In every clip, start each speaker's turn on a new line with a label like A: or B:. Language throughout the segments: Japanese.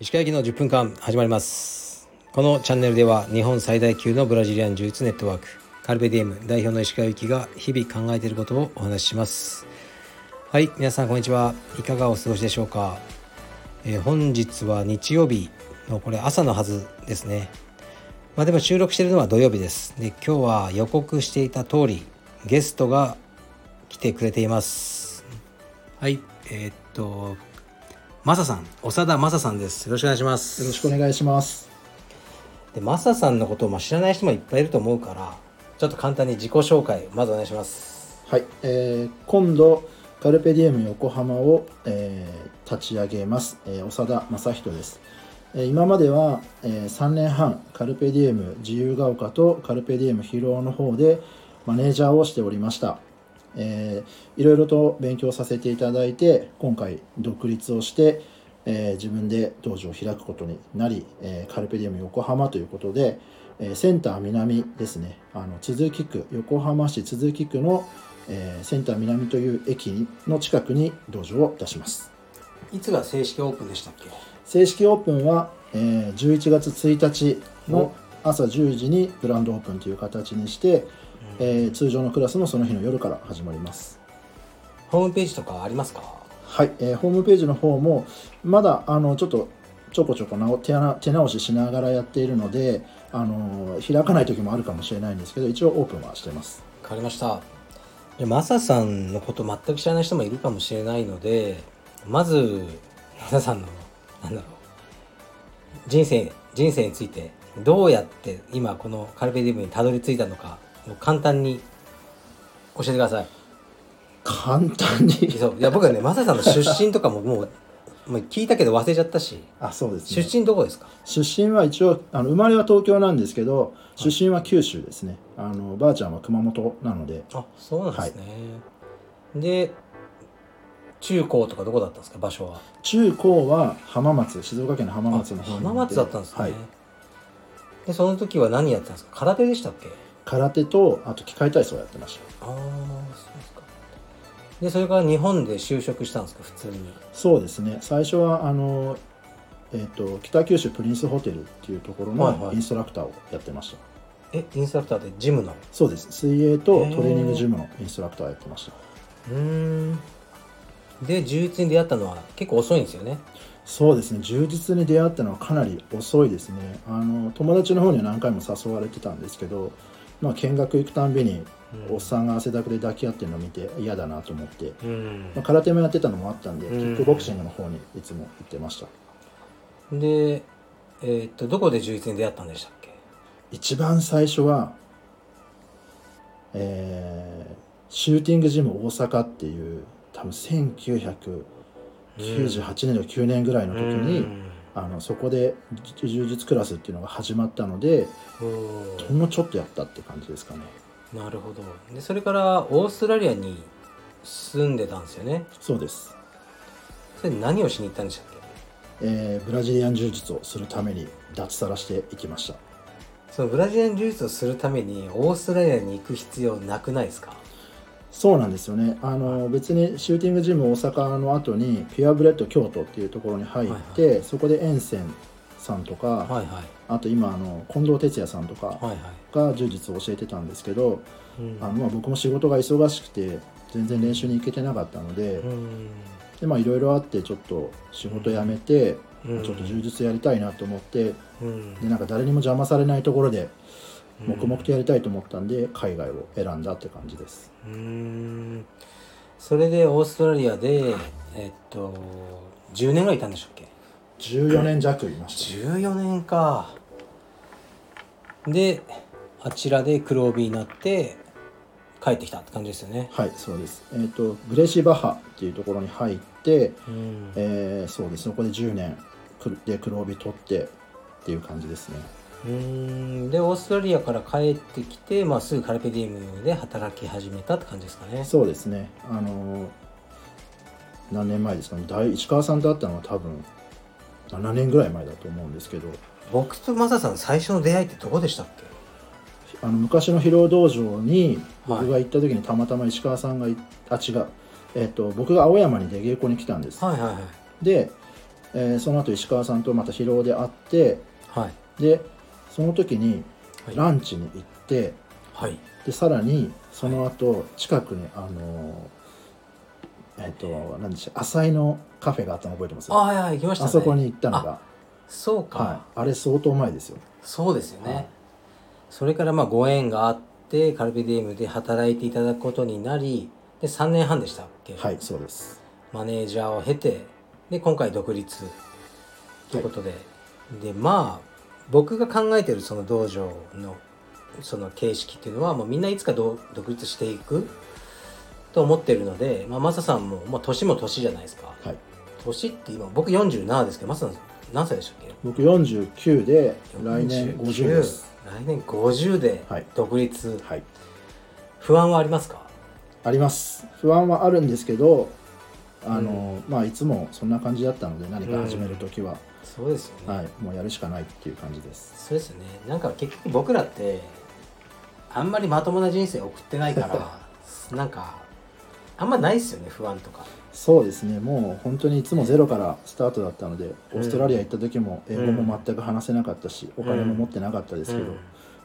A: 石川駅の10分間始まりますこのチャンネルでは日本最大級のブラジリアン柔術ネットワークカルベディエム代表の石川行が日々考えていることをお話ししますはい皆さんこんにちはいかがお過ごしでしょうか、えー本日は日曜日のこれ朝のはずですねまあでも収録しているのは土曜日ですで今日は予告していた通りゲストが来てくれていますはいえーっとマサさん長田マサさんですよろしくお願いします
B: よろしくお願いします。
A: でマサさんのことをまあ知らない人もいっぱいいると思うからちょっと簡単に自己紹介まずお願いします
B: はい、えー今度カルペディエム横浜を、えー立ち上げます。えー長田正人です。えー今までは、え3年半カルペディエム自由が丘とカルペディエム広尾の方でマネージャーをしておりました。えーいろいろと勉強させていただいて今回独立をして、えー自分で道場を開くことになり、えーカルペディエム横浜ということで、えーセンター南ですねあの都筑区横浜市都筑区の、えーセンター南という駅の近くに道場を出します
A: いつが正式オープンでしたっけ
B: 正式オープンは、えー11月1日の朝10時にグランドオープンという形にして、えー通常のクラスのその日の夜から始まります
A: ホームページとかありますか
B: はい、えーホームページの方もまだあのちょっとちょこちょこなお手な手直ししながらやっているのであのー開かない時もあるかもしれないんですけど一応オープンはしてます
A: わかりましたでマサさんのこと全く知らない人もいるかもしれないのでまずマサさんのなんだろう人生人生についてどうやって今このカルペディウムにたどり着いたのかもう簡単に教えてください
B: 簡 単に
A: そういや僕はねマサさんの出身とかももうもう聞いたけど忘れちゃったし
B: あそうです、ね、
A: 出身どこですか
B: 出身は一応あの生まれは東京なんですけど出身は九州ですねあのばあちゃんは熊本なので
A: あそうなんですね、で中高とかどこだったんですか場所は
B: 中高は浜松静岡県の浜
A: あ
B: 松の方に
A: 浜松だったんですね、
B: はい、
A: でその時は何やってたんですか空手でしたっけ
B: 空手とあと機械体操をやってました
A: ああそうですかでそれから日本で就職したんですか普通に
B: そうですね最初はあの、えー、と北九州プリンスホテルっていうところ
A: はいは
B: の
A: い
B: インストラクターをやってました、
A: えインストラクターでジムの
B: そうです水泳とト
A: へー
B: レーニングジムのインストラクターをやってました
A: うーんで柔術に出会ったのは結構遅いんですよね
B: そうですね充実に出会ったのはかなり遅いですねあの友達の方には何回も誘われてたんですけど、まあ、見学行くたんびに
A: うん
B: おっさんが汗だくで抱き合ってるのを見て嫌だなと思って、
A: うん
B: まあ、空手もやってたのもあったんで
A: う
B: キ
A: ん
B: ックボクシングの方にいつも行ってました
A: でえーっとどこで柔術に出会ったんでしたっけ
B: 一番最初は、えーシューティングジム大阪っていう多分1998年とか9年ぐらいの時に、あのそこでじ柔術クラスっていうのが始まったので
A: うんおー
B: ほんのちょっとやったって感じですかね
A: なるほどでそれからオーストラリアに住んでたんですよね
B: そうです、
A: それ何をしに行ったんでしたっけ
B: えーブラジリアン柔術をするために脱サラしていきました
A: そのブラジリアン柔術をするためにオーストラリアに行く必要なくないですか
B: そうなんですよねあの別にシューティングジム大阪の後にピュアブレッド京都っていうところに入って、
A: は
B: そこで沿線さんとか、
A: はいはい
B: あと今あの近藤哲也さんとか
A: はいはい、
B: が柔術を教えてたんですけど、
A: うん
B: あのまあ僕も仕事が忙しくて全然練習に行けてなかったので,、
A: うん
B: でまあいろいろあってちょっと仕事辞めて、
A: うん
B: ちょっと柔術やりたいなと思って
A: うん
B: でなんか誰にも邪魔されないところで
A: うん
B: 黙々とやりたいと思ったんで海外を選んだって感じです。
A: うんそれでオーストラリアでえっと10年ぐらいいたんでしたっけ
B: 14年弱いました
A: 14年かであちらで黒帯になって帰ってきたって感じですよね
B: はいそうです、えー、とグレシバハっていうところに入って、
A: うん
B: えーそうですそこで10年くで黒帯取ってっていう感じですね
A: うーんでオーストラリアから帰ってきて、まあ、すぐカルペディウムで働き始めたって感じですかね
B: そうですね、あの何年前ですかね、大石川さんと会ったのは多分7年ぐらい前だと思うんですけど、
A: 僕とマサさん最初の出会いってどこでしたっけ
B: あの昔の疲労道場に
A: はい
B: 僕が行った時にたまたま石川さんがいあ違う、えっと僕が青山に出稽古に来たんです、
A: はいはいはい
B: で、えーその後石川さんとまた疲労で会って
A: はい
B: でその時に
A: はい
B: ランチに行って
A: はい
B: でさらにその後近くにあのーえっ、と何でした浅井のカフェがあったの覚えてます
A: あはいはい行きましたね
B: あそこに行ったのが
A: そうか、
B: はい、あれ相当前ですよ
A: そうですよね、
B: はい
A: それからまあご縁があってカルペディウムで働いていただくことになりで3年半でしたっけ、
B: はいそうです
A: マネージャーを経てで今回独立ということで、でまあ僕が考えてるその道場のその形式っていうのはもうみんないつかどう独立していくと思ってるので、まあ、マサさんも、まあ、年も年じゃないですか
B: はい
A: 年って今僕47ですけどマサさん何歳でしたっけ
B: 僕49で来年50です
A: 来年50で
B: はい
A: 独立、
B: はい
A: 不安はありますか
B: あります不安はあるんですけどあの、まあいつもそんな感じだったので何か始める時は、
A: そうですよね、
B: はいもうやるしかないっていう感じです
A: そうですよねなんか結局僕らってあんまりまともな人生送ってないから なんかあんまないですよね不安とか
B: そうですねもう本当にいつもゼロからスタートだったのでオ
A: ん
B: ーストラリア行った時も英語
A: う
B: も
A: ん
B: 全く話せなかったし、お金も持ってなかったですけど、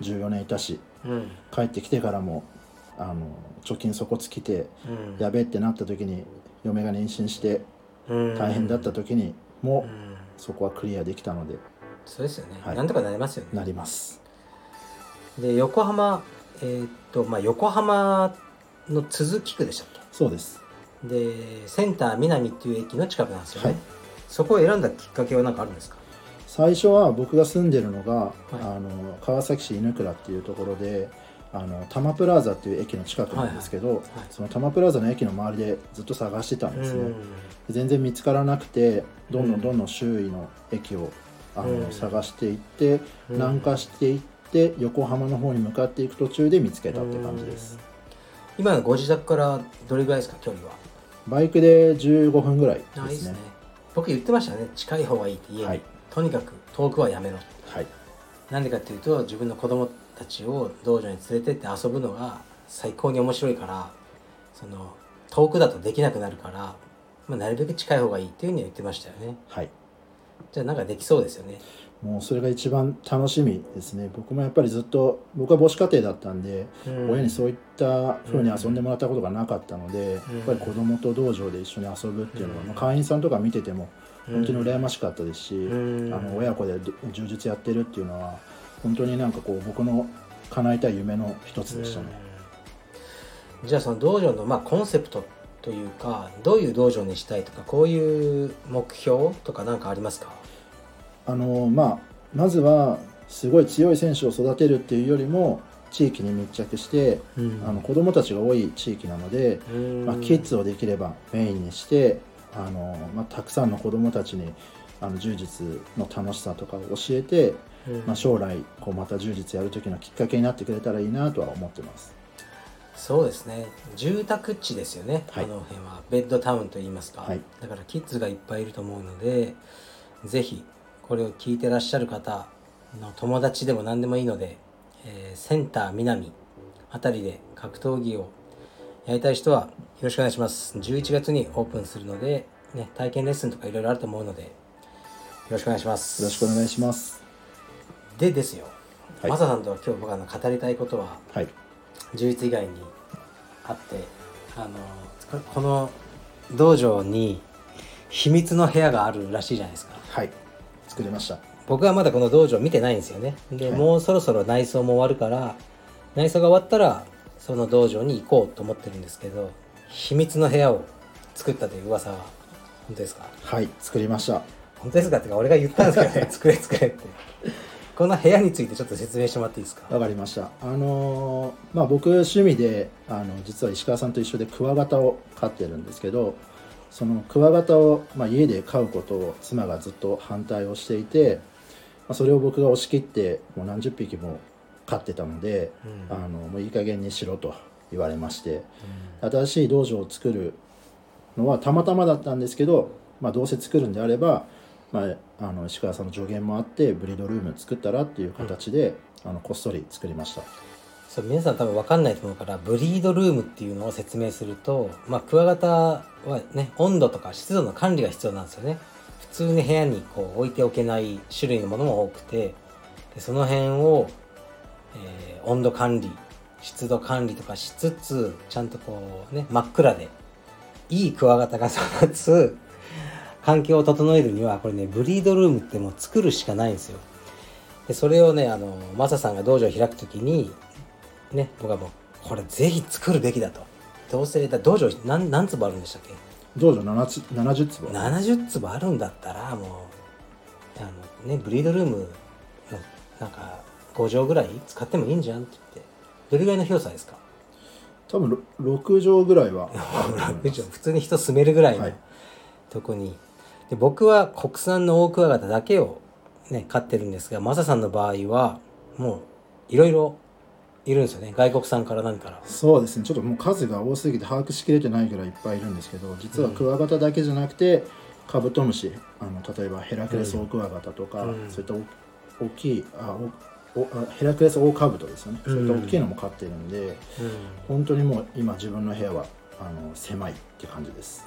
B: 14年いたし
A: うんうん
B: 帰ってきてからもあの貯金底尽きて
A: うん
B: やべえってなった時に嫁が妊娠して
A: うん
B: 大変だった時にも、
A: うん
B: そこはクリアできたので
A: そうですよね、
B: はい
A: なんとかなりますよね
B: なります
A: で横浜えーっとまあ横浜の続き区でしたっ
B: そうです
A: けでセンター南っていう駅の近くなんですよね、
B: はい
A: そこを選んだきっかけは何かあるんですか
B: 最初は僕が住んでるのが、
A: い
B: あの川崎市犬倉っていうところであの多摩プラザっていう駅の近くなんですけど、
A: はい
B: その多摩プラザの駅の周りでずっと探してたんですね、
A: うん
B: 全然見つからなくてどんど
A: うん
B: んどんどん周囲の駅をあの、
A: うん
B: 探していって
A: うん
B: 南下していって横浜の方に向かっていく途中で見つけたって感じです
A: 今のご自宅からどれぐらいですか距離は
B: バイクで15分ぐらいです
A: あ
B: ね
A: いいですね僕言ってましたね近い方がいいって家に、
B: はい
A: とにかく遠くはやめろ
B: はい
A: なんでかっていうと自分の子供たちを道場に連れてって遊ぶのが最高に面白いからその遠くだとできなくなるから、まあ、なるべく近い方がいいっていうふうには言ってましたよね
B: はい
A: じゃあなんかできそうですよね
B: もうそれが一番楽しみですね僕もやっぱりずっと僕は母子家庭だったんで、
A: うん
B: 親にそういった風に遊んでもらったことがなかったので、
A: うん
B: やっぱり子供と道場で一緒に遊ぶっていうのは、
A: うん
B: まあ会員さんとか見てても
A: うん
B: 本当に羨ましかったですし、
A: うん
B: あの親子でど充実やってるっていうのは本当になんかこう僕の叶えたい夢の一つでしたね、
A: うんじゃあその道場のまあコンセプトというかどういう道場にしたいとかこういう目標とか何かありますか
B: あのまあ、まずはすごい強い選手を育てるっていうよりも地域に密着して、
A: うん
B: あの子供たちが多い地域なので、まあ、キッズをできればメインにしてあの、まあ、たくさんの子どもたちにあの柔術の楽しさとかを教えて、
A: うん
B: まあ、将来こうまた柔術やる時のきっかけになってくれたらいいなとは思ってます
A: そうですね住宅地ですよね、
B: はい
A: あの辺はベッドタウンといいますか、
B: はい
A: だからキッズがいっぱいいると思うのでぜひこれを聞いてらっしゃる方の友達でも何でもいいので、えーセンター南あたりで格闘技をやりたい人はよろしくお願いします11月にオープンするので、ね、体験レッスンとかいろいろあると思うのでよろしくお願いします
B: よろしくお願いします
A: でですよ、
B: はい
A: マサさんとは今日僕があの語りたいことは
B: はい
A: 充実以外にあってあのここの道場に秘密の部屋があるらしいじゃないですか
B: はい作れました
A: 僕はまだこの道場見てないんですよねで、
B: はい
A: もうそろそろ内装も終わるから内装が終わったらその道場に行こうと思ってるんですけど秘密の部屋を作ったという噂は本当ですか
B: はい作りました
A: 本当ですかってか俺が言ったんですけどね 作れ作れってこの部屋についてちょっと説明してもらっていいですか
B: わかりましたあのーまあ僕趣味であの実は石川さんと一緒でクワガタを飼ってるんですけどそのクワガタを、まあ、家で飼うことを妻がずっと反対をしていて、まあ、それを僕が押し切ってもう何十匹も飼ってたので、
A: うん
B: あのもういい加減にしろと言われまして新しい道場を作るのはたまたまだったんですけど、まあ、どうせ作るんであれば、まあ、あの石川さんの助言もあってブリードルーム作ったらっていう形で、あのこっそり作りました
A: そう皆さん多分分かんないと思うからブリードルームっていうのを説明すると、まあ、クワガタはね温度とか湿度の管理が必要なんですよね普通に部屋にこう置いておけない種類のものも多くてでその辺を、えー温度管理湿度管理とかしつつちゃんとこうね真っ暗でいいクワガタが育つ環境を整えるにはこれねブリードルームってもう作るしかないんですよでそれをねあのマサさんが道場を開く時にね僕はもうこれぜひ作るべきだとどうせだ道場何何坪あるんでしたっけ
B: 道場7つ70坪
A: 70坪あるんだったらもうあのねブリードルームのなんか5畳ぐらい使ってもいいんじゃんって言ってどれぐらいの広さですか
B: 多分ろ6畳ぐらいはあると思います
A: 6 普通に人住めるぐらい
B: は
A: の
B: い
A: とこにで僕は国産のオオクワガタだけをね飼ってるんですがマサさんの場合はもういろいろいるんですよね外国産から何から
B: そうですねちょっともう数が多すぎて把握しきれてないぐらいいっぱいいるんですけど実はクワガタだけじゃなくてカブトムシあの例えばヘラクレスオオクワガタとか、
A: うん
B: そういったお大きいあおおあヘラクレスオオカブトですよね、
A: うん
B: そういった大きいのも飼ってるんで本当にもう今自分の部屋はあの狭いって感じです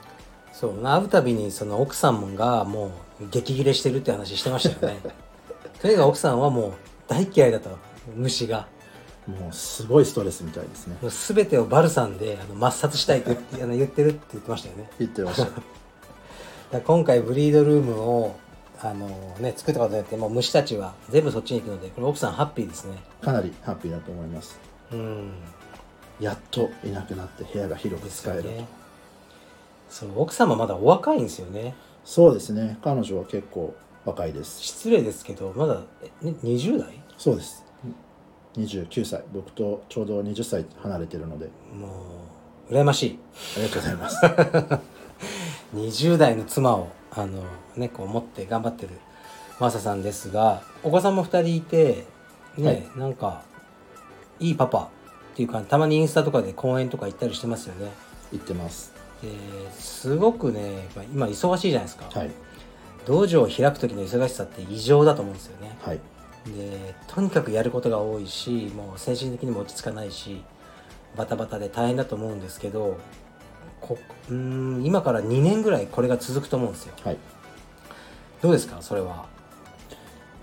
A: そう会うたびにその奥さんがもう激切れしてるって話してました よねとにかく奥さんはもう大嫌いだと虫が
B: もうすごいストレスみたいですね
A: もう全てをバルさんであの抹殺したいって言ってあの言ってるって言ってましたよね
B: 言ってました
A: だ から今回ブリードルームをあの、ね、作ったことによってもう虫たちは全部そっちに行くのでこれ奥さんハッピーですね
B: かなりハッピーだと思います
A: うん
B: やっといなくなって部屋が広く使えると、
A: ねそう奥様まだお若いんですよね
B: そうですね彼女は結構若いです
A: 失礼ですけどまだえね20代
B: そうです29歳僕とちょうど20歳離れてるので
A: もう羨ましい
B: ありがとうございます
A: 20代の妻をあの、ね、こう持って頑張ってるマサさんですがお子さんも2人いて、ね
B: はい
A: なんかいいパパっていうかたまにインスタとかで公園とか行ったりしてますよね
B: 行ってます
A: ですごくねまあ今忙しいじゃないですか、
B: はい
A: 道場を開く時の忙しさって異常だと思うんですよね
B: はい
A: でとにかくやることが多いしもう精神的にも落ち着かないしバタバタで大変だと思うんですけどこうーん今から2年ぐらいこれが続くと思うんですよ
B: はい
A: どうですかそれは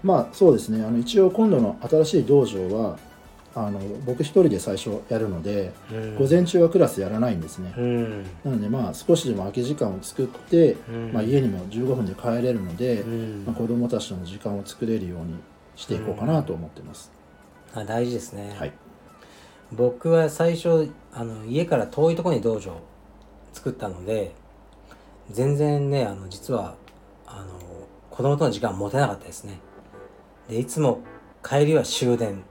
B: まあそうですねあの一応今度の新しい道場はあの僕一人で最初やるので、午前中はクラスやらないんですね、
A: うん
B: なのでまあ少しでも空き時間を作って、
A: うん
B: まあ、家にも15分で帰れるので、
A: うん
B: まあ、子どもたちとの時間を作れるようにしていこうかなと思ってます、
A: あ大事ですね、
B: はい
A: 僕は最初あの家から遠いところに道場を作ったので全然ねあの実はあの子供との時間持てなかったですねでいつも帰りは終電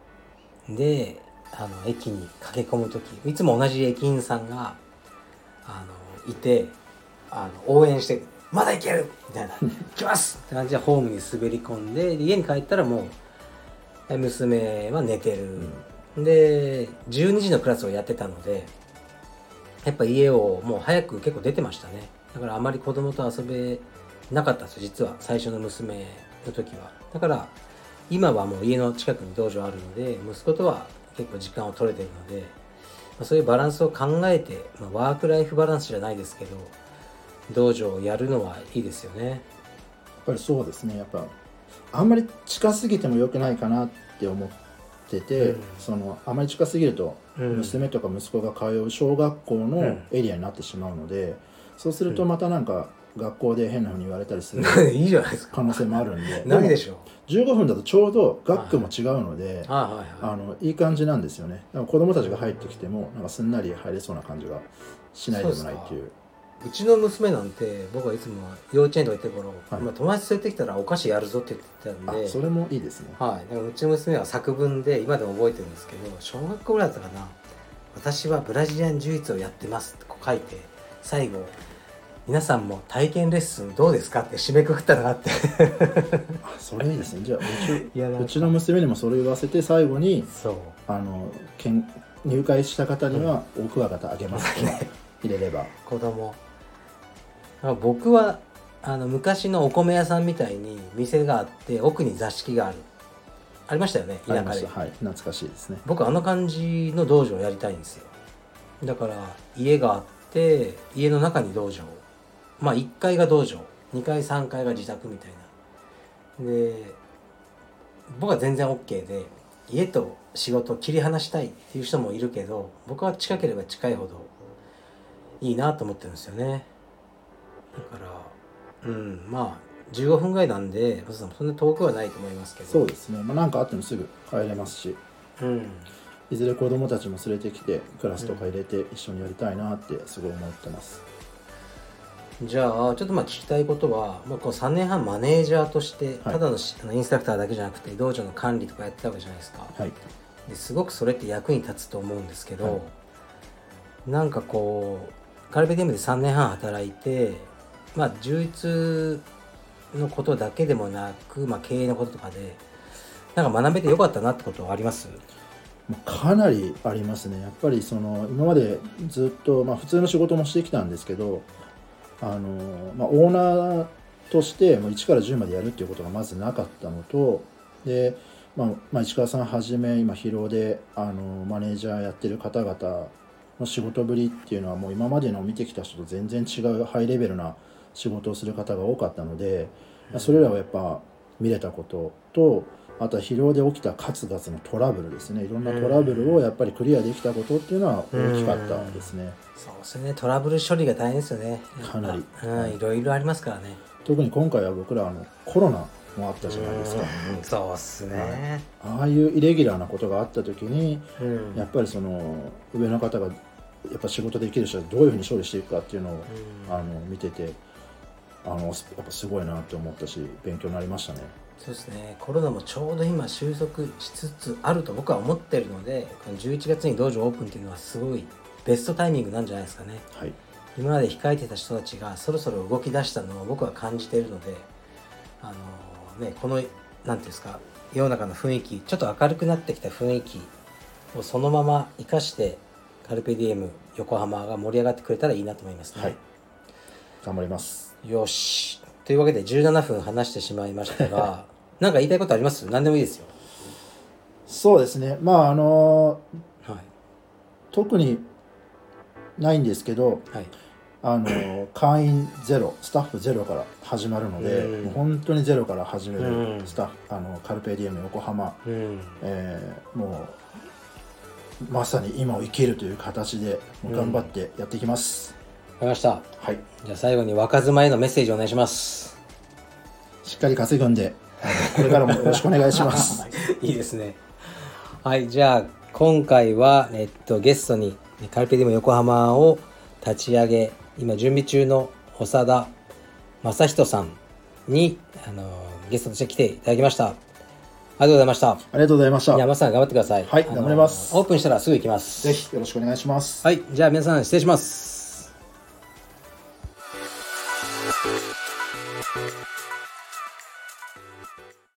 A: であの駅に駆け込む時いつも同じ駅員さんがあのいてあの応援して「まだ行ける!」みたいな「来ます!」って感じでホームに滑り込んでで家に帰ったらもうえ娘は寝てる、で12時のクラスをやってたのでやっぱ家をもう早く結構出てましたねだからあまり子供と遊べなかったんですよ実は最初の娘の時はだから今はもう家の近くに道場あるので息子とは結構時間を取れてるのでまあそういうバランスを考えて、まあ、ワークライフバランスじゃないですけど道場をやるのはいいですよね
B: やっぱりそうですねやっぱあんまり近すぎても良くないかなって思ってて、
A: うん
B: そのあまり近すぎると
A: うん
B: 娘とか息子が通う小学校
A: う
B: の
A: ん
B: エリアになってしまうので、そうするとまたなんか学校で変な風に言われたり する
A: いいじゃないですか
B: 可能性もあるんで
A: ないで
B: ょ
A: しょう
B: 15分だとちょうど学区も違うので、
A: ああはいはい
B: あのいい感じなんですよねだから子供たちが入ってきてもなんかすんなり入れそうな感じがしないでもないっていう
A: うちの娘なんて僕はいつも幼稚園とか行ってる頃、
B: はい
A: まあ、友達連れてきたらお菓子やるぞって言ってたん
B: あ
A: で
B: それもいいですね
A: はい、だからうちの娘は作文で今でも覚えてるんですけど小学校ぐらいだったかな「私はブラジリアン柔術をやってます」ってこう書いて最後「皆さんも体験レッスンどうですか?」って締めくくったのがあって
B: あそ れいいですねじゃあう
A: いやなん
B: ち
A: か
B: うちの娘にもそれ言わせて最後に
A: そう
B: あのけん入会した方には大クワガタあげますとか入れれば
A: 子供だから僕はあの昔のお米屋さんみたいに店があって奥に座敷があるありましたよね
B: あ
A: 田
B: りま
A: 舎
B: し
A: で
B: たはい懐かしいですね
A: 僕あの感じの道場をやりたいんですよだから家があって家の中に道場まあ1階が道場2階3階が自宅みたいなで僕は全然 OK で家と仕事を切り離したいっていう人もいるけど僕は近ければ近いほどいいなと思ってるんですよねだからうんまあ15分ぐらいなんで松田さんそんな遠くはないと思いますけど
B: そうですねまあ、なんかあってもすぐ帰れますし
A: うん
B: いずれ子供たちも連れてきてクラスとか入れて一緒にやりたいなってすごい思ってます、
A: じゃあちょっとまあ聞きたいことは、まあ、こう3年半マネージャーとして
B: はい
A: ただのし、あのインストラクターだけじゃなくて道場の管理とかやってたわけじゃないですか
B: はい
A: ですごくそれって役に立つと思うんですけど、
B: は
A: なんかこうカルベディウムで3年半働いてまあ充実のことだけでもなく、まあ、経営のこととかでなんか学べてよかったなってことはあります
B: まあかなりありますねやっぱりその今までずっと、まあ、普通の仕事もしてきたんですけどあの、まあ、オーナーとしてもう1から10までやるっていうことがまずなかったのとで、まあまあ、市川さんはじめ今疲労であのマネージャーやってる方々の仕事ぶりっていうのはもう今までの見てきた人と全然違うハイレベルな仕事をする方が多かったので、まあそれらをやっぱ見れたこととあとは疲労で起きた数々のトラブルですねいろんなトラブルをやっぱりクリアできたことっていうのは大きかったですね。
A: そうですねトラブル処理が大変ですよね
B: かなり
A: うんいろいろありますからね
B: 特に今回は僕らあのコロナもあったじゃないですか
A: うんそうっすね、
B: ああいうイレギュラーなことがあった時に
A: うん
B: やっぱりその上の方がやっぱ仕事できる人はどういうふうに処理していくかっていうのを
A: うん
B: あの見ててあのやっぱすごいなって思ったし勉強になりましたね
A: そうですねコロナもちょうど今収束しつつあると僕は思ってるのでこの11月に道場オープンっていうのはすごいベストタイミングなんじゃないですかね
B: はい
A: 今まで控えてた人たちがそろそろ動き出したのを僕は感じているのであのねこの何ていうんですか世の中の雰囲気ちょっと明るくなってきた雰囲気をそのまま生かしてカルペディエム横浜が盛り上がってくれたらいいなと思いますね、
B: はい頑張ります
A: よしというわけで17分話してしまいました がなんか言いたいことあります何でもいいですよ
B: そうですねまああの
A: はい
B: 特にないんですけど
A: はい、
B: あの会員ゼロスタッフゼロから始まるので、
A: うん
B: もう本当にゼロから始め
A: う
B: る
A: ん
B: スタッフ、あのカルペディエム横浜、
A: うん、
B: えーもうまさに今を生きるという形でもう頑張ってやっていきます、
A: 分かりました
B: はい
A: じゃあ最後に若妻へのメッセージお願いします
B: しっかり稼ぐんであのこれからもよろしくお願いします
A: いいですねはいじゃあ今回は、えっと、ゲストにカルペディウム横浜を立ち上げ今準備中の長田正人さんにあのゲストとして来ていただきましたありがとうございました
B: ありがとうございました
A: 山田さん頑張ってください
B: はい
A: あの
B: 頑張ります
A: オープンしたらすぐ行きます
B: ぜひよろしくお願いします
A: はい、じゃあ皆さん失礼します。